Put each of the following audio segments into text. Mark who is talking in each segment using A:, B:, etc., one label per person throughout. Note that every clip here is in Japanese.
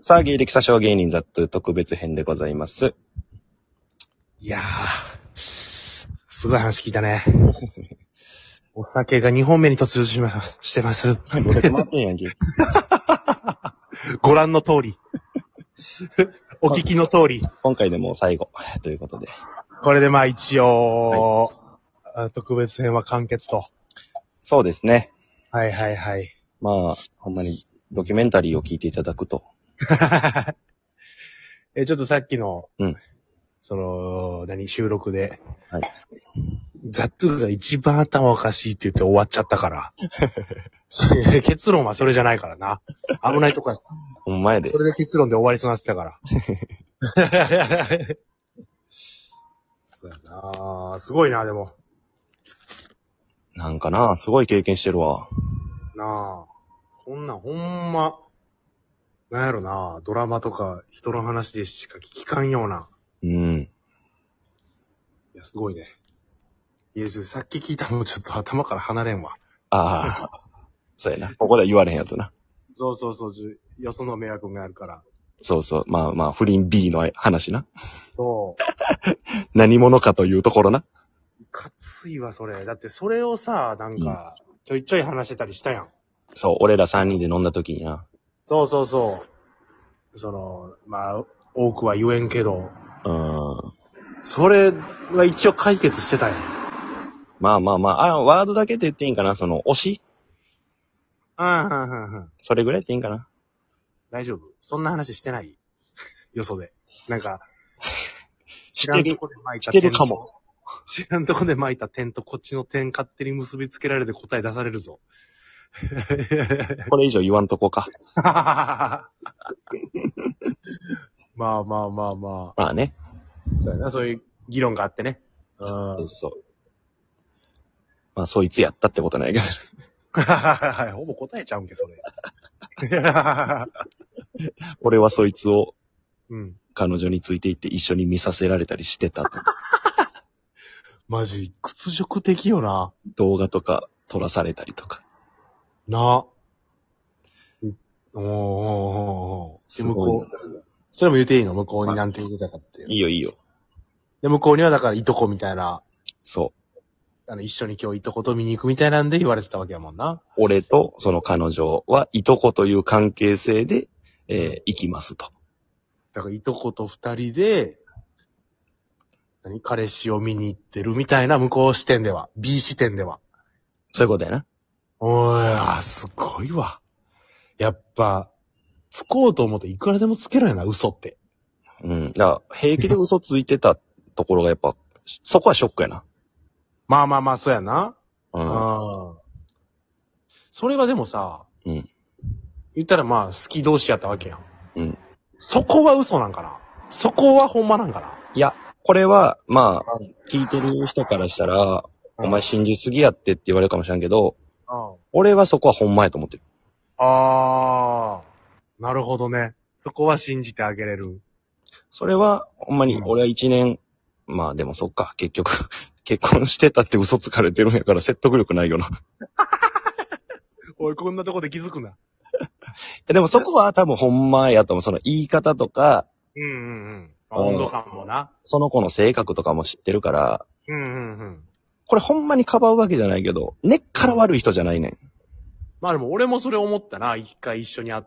A: さあ、芸歴詐称芸人ザットゥ特別編でございます。
B: いやー、すごい話聞い たね。お酒が2本目に突入します、してます。 ご覧 の通り。お聞きの通り。
A: 今回でもう最後ということで。
B: これでまあ一応、あ特別編は完結と。
A: そうですね。
B: はいはいはい。
A: まあ、ほんまにドキュメンタリーを聞いていただくと。
B: え、ちょっとさっきの、
A: うん
B: その、何、収録で、
A: はい
B: ザットゥーが一番頭おかしいって言って終わっちゃった から。それ結論はそれじゃないからな。危ないとこやった
A: ほんまやで
B: そ。れで結論で終わりそうになってたから。そうやなあすごいな、でも。
A: なんかな、すごい経験してるわ。
B: なあこんなんほんま、なんやろなドラマとか人の話でしか聞かんような。
A: うん。
B: いや、すごいね。いや、さっき聞いたのちょっと頭から離れんわ。
A: ああ。そうやな。ここでは言われへんやつな。
B: そうそうそう、じゅよその迷惑があるから。
A: そうそう。まあまあ、不倫 B の話な。
B: そ
A: 何者かというところな。
B: う。いかついわ、それ。だってそれをさ、なんか、ちょいちょい話してたりしたやん。
A: そう、俺ら3人で飲んだ時にな。
B: そうそうそう。その、まあ、多くは言えんけど、
A: うーん。
B: それは一応解決してたやん。
A: まあまあまあ、あ、ワードだけで言っていいんかなその、推し
B: ああ、はんはんはん。
A: それぐらいでいいんかな
B: 大丈夫。そんな話してないよそで。なんか、
A: し
B: 知
A: て
B: らん
A: る
B: とこで巻いた
A: してるかも
B: 点と。知らんとこで巻いた点とこっちの点勝手に結びつけられて答え出されるぞ。
A: これ以上言わんとこか。
B: まあまあまあま
A: まあね。
B: あ。そうやな、そういう議論があってね。うん。
A: そうそう。まあ、そいつやったってことないけど。
B: はい、ほぼ答えちゃうんけ、そ れ。
A: 俺はそいつを
B: うん。
A: 彼女についていって一緒に見させられたりして たと。
B: マジ、屈辱的よな。
A: 動画とか撮らされたりとか。
B: な。おーおーおーおー
A: す
B: で、
A: ごい
B: 向こう。それも言っていいの向こうになんて言ってたかって。
A: いいよいいよ。
B: で、向こうにはだからいとこみたいな、
A: そ
B: あの、一緒に今日いとこと見に行くみたいなんで言われてたわけやもんな
A: う。。俺とその彼女はいとこという関係性で、えー行きますと。
B: だからいとこと二人で、何彼氏を見に行ってるみたいな向こう視点では。B 視点では。
A: そういうことやな。
B: おーい、あ、すごいわ。やっぱ、つこうと思っていくらでもつけるよな、嘘って。
A: うん。だから、平気で嘘ついてたところがやっぱ、そこはショックやな。
B: まあまあまあ、そうやな。
A: うん。
B: ああ。それはでもさ、
A: うん
B: 言ったらまあ、好き同士やったわけやん。
A: うん
B: そこは嘘なんかなそこはほんまなんかな
A: これは、まあ、聞いてる人からしたら、お前
B: うん
A: 信じすぎやってって言われるかもしれんけど、俺はそこはほんまやと思ってる。
B: ああ、なるほどね。そこは信じてあげれる。
A: それは、ほんまに
B: う、ん
A: 俺は一年、まあでもそっか、結局、 結婚してたって嘘つかれてるんやから説得力ないよな。
B: おい、こんなとこで気づくな。
A: でもそこは多分ほんまやと思う。その言い方とか、
B: うんうんうん。まあ
A: うん
B: 温度感もな。
A: その子の性格とかも知ってるから、
B: うんうんうん。
A: これほんまにかばうわけじゃないけど、根っから悪い人じゃないねん。
B: まあでも俺もそれ思ったな、一回一緒に会っ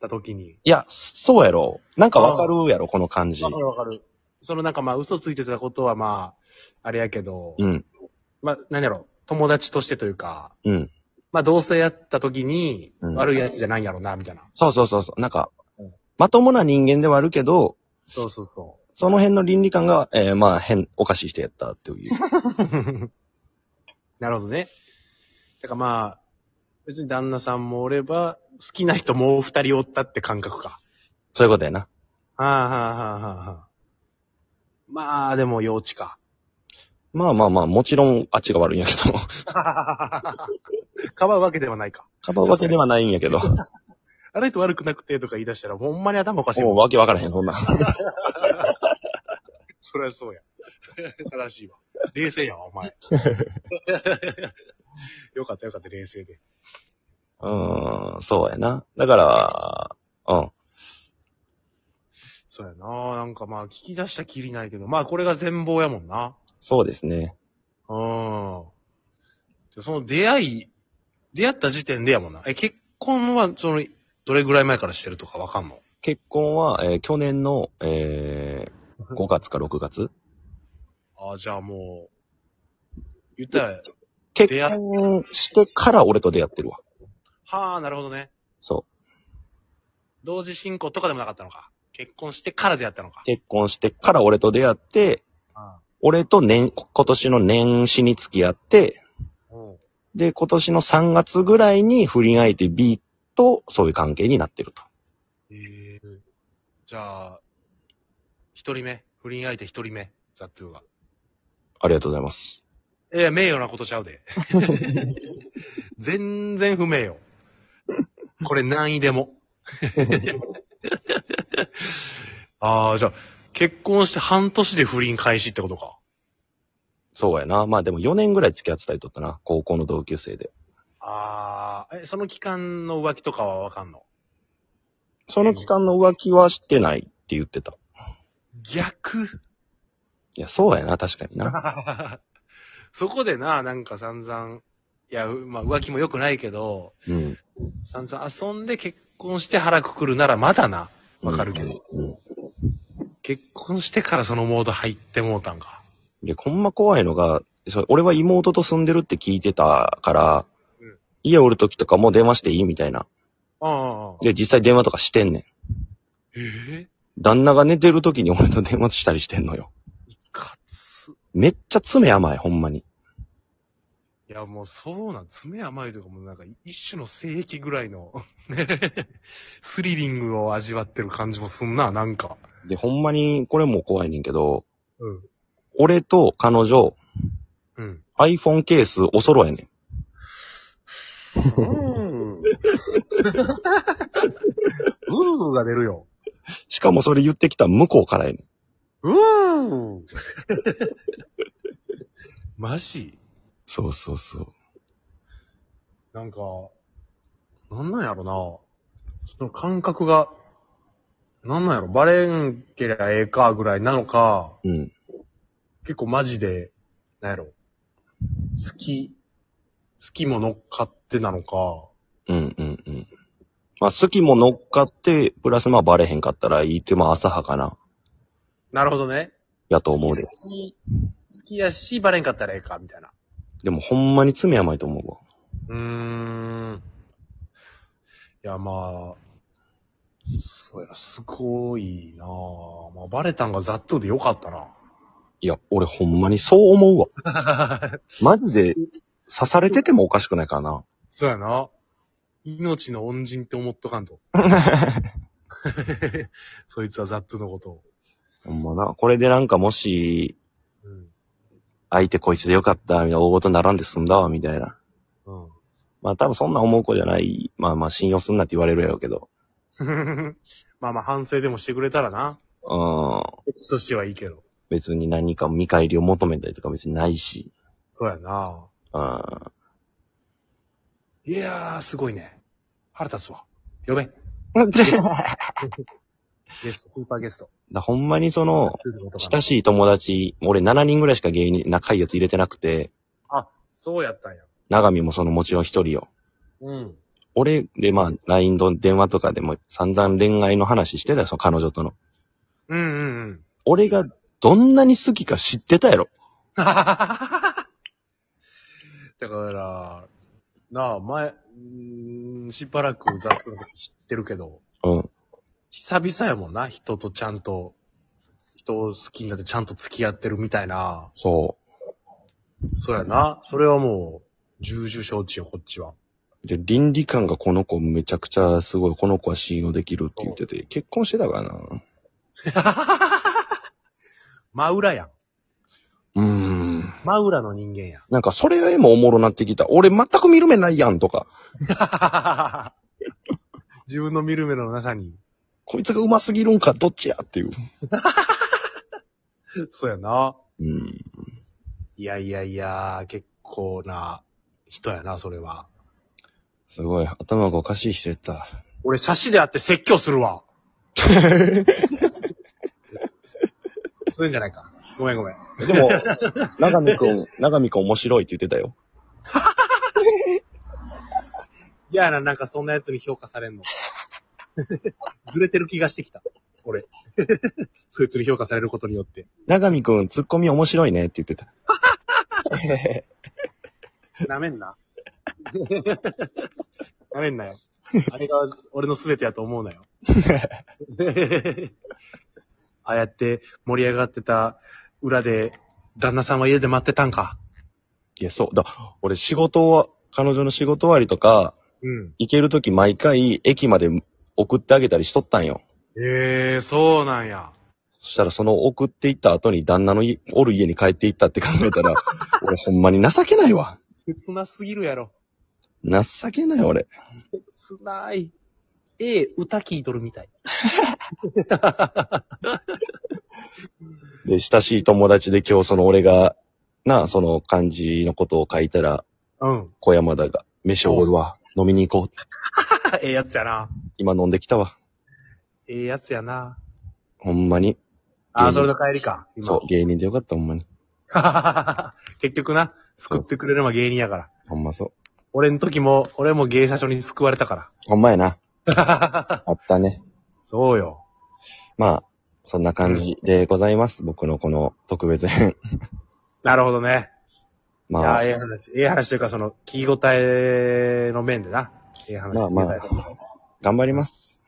B: た時に。
A: いや、そうやろ。なんかわかるやろ、この感じ
B: わ。かるわかる。そのなんかまあ嘘ついてたことはまあ、あれやけど、
A: うん、
B: まあ、何やろ、友達としてというか、
A: うん。
B: まあ、同性やった時に、
A: うん
B: 悪いやつじゃないんやろな、みたいな。
A: そうそうそうそう。なんか
B: うん、
A: まともな人間ではあるけど、
B: そうそうそ
A: その辺の倫理観が、えーまあ変、おかしい人やったって いう。
B: う。 なるほどね。だからまあ、別に旦那さんもおれば、好きな人もう二人おったって感覚か。
A: そういうことやな。
B: はあ、はあはあはあはあ、まあ、でも幼稚 か。
A: まあまあまあ、もちろんあっちが悪いんやけ ど。
B: かばうわけではないか。
A: かばうわけではないんやけど。
B: あれと悪くなくてとか言い出したら、ほんまに頭おかしい
A: も
B: も。
A: うんわけわからへん、そんなん。
B: そりゃそうや。 正しいわ。冷静やわ、お前。よかったよかった、冷静で。
A: うーん、そうやな。だから、うん。
B: そうやな。なんかまあ、聞き出したきりないけど、まあ、これが全貌やもんな。
A: そうですね。
B: うん。じゃあその出会い、出会った時点でやもんな。え、結婚は、その、どれぐらい前からしてるとかわかんの
A: 結婚は、えー去年の、えー5月か6月
B: ああ、じゃあもう、言ったら、
A: 結
B: 出会っ
A: 婚してから俺と出会ってるわ。
B: はあ、なるほどね。
A: そ
B: 同時進行とかでもなかったのか。結婚してから出会ったのか
A: う。。結婚してから俺と出会って、
B: あ
A: 俺と年、今年の年始に付き合って、
B: あうん。
A: で、今年の3月ぐらいに不倫相手 B とそういう関係になってると。
B: ええじゃあ、一人目。不倫相手一人目。ザトゥーが。
A: ありがとうございます。
B: いや、名誉なことちゃう で。全然不名誉。これ何位で も。ああ、じゃあ、結婚して半年で不倫開始ってことか。
A: そうやな。まあでも4年ぐらい付き合ってたりとったな。高校の同級生で。
B: ああ、え、その期間の浮気とかはわかんの
A: その期間の浮気はしてないって言ってた。
B: 逆
A: いや、そうやな。確かに な。
B: そこでな、なんか散々、いや、うまあ浮気も良くないけど、
A: うん。
B: 散々遊んで結婚して腹くくるならまだな。わかるけど。
A: うん。うん
B: 結婚してからそのモード入ってもうたんか。
A: で、ほんま怖いのが、そう俺は妹と住んでるって聞いてたから、
B: うん
A: 家おる時とかもう電話していいみたいな。
B: ああああ。
A: で、実際電話とかしてんねん。
B: ええ
A: 旦那が寝てる時に俺と電話したりしてんのよ。
B: いかつ。
A: めっちゃ爪甘い、ほんまに。
B: いや、もうそうなん、爪甘いというかもうなんか一種の性癖ぐらいの、スリリングを味わってる感じもすんな、なんか。
A: で、ほんまに、これも怖いねんけど、
B: うん。
A: 俺と彼女、
B: うん。
A: iPhone ケースお揃えねん。
B: うん。うんが出るよ。
A: しかもそれ言ってきた向こうからやねん。
B: うん。マジ
A: そうそうそう。
B: なんか、なんなんやろな。その感覚が、なんなんやろ。バレんけりゃええかぐらいなのか、
A: うん。
B: 結構マジで、なんやろ。好き、好きも乗っかってなのか。
A: うんうんうん。まあ、好きも乗っかって、プラスまあバレへんかったらいいっていう、まあ浅はかな、
B: なるほどね。
A: やと思うで。
B: 好き、好きやし、バレんかったらええか、みたいな。
A: でもほんまに罪甘いと思うわ。
B: うーん。いや、まあ、そうやな、すごいなあまあ、バレたんがざっとでよかった
A: いや、俺ほんまにそう思うわ。
B: な。
A: マジで、刺されててもおかしくないからな。
B: そうやな。命の恩人って思っとかん と。そいつはざっとのことを。
A: ほんまな。これでなんかもし、
B: うん。
A: 相手こいつでよかった、みたいな大事にならんで済んだわ、みたいな。
B: うん。
A: まあ多分そんな思う子じゃない。まあまあ信用すんなって言われるやろうけど。
B: まあまあ反省でもしてくれたらな。
A: うん。
B: X としてはいいけど。
A: 別に何か見返りを求めたりとか別にないし。
B: そうやな。
A: うん。
B: いやー、すごいね。腹立つわ。呼べ。ゲスト、スーパーゲスト。
A: だほんまにその、親しい友達、俺7人ぐらいしか芸人、仲いいやつ入れてなくて、
B: あ、そうやったんや。
A: 長見もそのもちろん一人よ。
B: うん。
A: 俺でまあ、LINE の電話とかでも散々恋愛の話してたよ、その彼女との。
B: うんうんうん。
A: 俺がどんなに好きか知ってたやろ。
B: だから、なあ、前、んーしばらくざっくり知ってるけど、
A: うん。
B: 久々やもんな、人とちゃんと、人を好きになってちゃんと付き合ってるみたいな。
A: そ
B: そうやな。それはもう、重々承知よ、こっちは。
A: う。で、倫理観がこの子めちゃくちゃすごい、この子は信用できるって言ってて、結婚してたからな。
B: 真裏やん。
A: うーん。
B: 真裏の人間やん。
A: なんかそれがもおもろなってきた。俺全く見る目ないやんとか、
B: 自分の見る目のなさに。
A: こいつがうますぎるんか、どっちやっていう。
B: そうやな。
A: うん。
B: いやいやいや、結構な人やな、それは。
A: すごい、頭がおかしい人やった。
B: 俺、差しであって説教するわ。するんじゃないか。ごめんごめん。
A: でも、 長見くん、長見くん面白いって言ってたよ。
B: いやな、なんかそんな奴に評価さ れんの。ずれてる気がしてきた。俺。 そいつに評価されることによって。
A: 長見くん、ツッコミ面白いねって言って た。
B: なめん な。なめんなよ。あれが俺の全てやと思う なよ。ああやって盛り上がってた裏で、旦那さんは家で待ってたんか。
A: いや、そう。だ、俺仕事は、彼女の仕事終わりとか、
B: うん。
A: 行けるとき毎回駅まで送ってあげたりしとったんよ。
B: ええそうなんや。
A: そしたらその送って行った後に旦那のいおる家に帰って行ったって考えたら、 俺ほんまに情けないわ。
B: 切なすぎるやろ。
A: 情けない俺。
B: 切ない。ええ歌聴いとるみたい。
A: で、親しい友達で今日その俺が、なあ、その漢字のことを書いたら、
B: うん。
A: 小山田が、飯おごるわ。飲みに行こうって。
B: ええやつやな。
A: 今飲んできたわ。
B: ええやつやな。
A: ほんまに。
B: あ
A: う
B: あ、
A: ん
B: それの帰りか。今
A: そう、芸人でよかった、ほんまに。
B: 結局な、救ってくれるのは芸人やから。
A: ほんまそう。
B: 俺の時も、俺も芸者所に救われたか
A: ほんまやな。
B: ら。
A: あったね。
B: そうよ。
A: まあ、そんな感じでございます。僕のこの特別編。
B: なるほどね。い
A: ま
B: や、
A: あ、
B: ええ話。ええ話というか、その、聞き応えの面でな。ええ話。
A: まあまあ
B: 聞き応えと
A: 頑張り ます。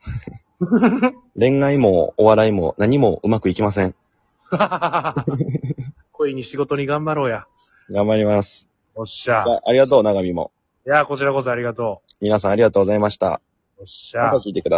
A: 恋愛もお笑いも何もうまくいきません。
B: か 恋に仕事に頑張ろうや。
A: 頑張ります。
B: おっしゃ
A: じ。ゃあありがとう、長見も。
B: いや、こちらこそありがと
A: 皆さんありがとうございました。
B: う。おっし
A: ま
B: ゃ
A: た。聞いてください。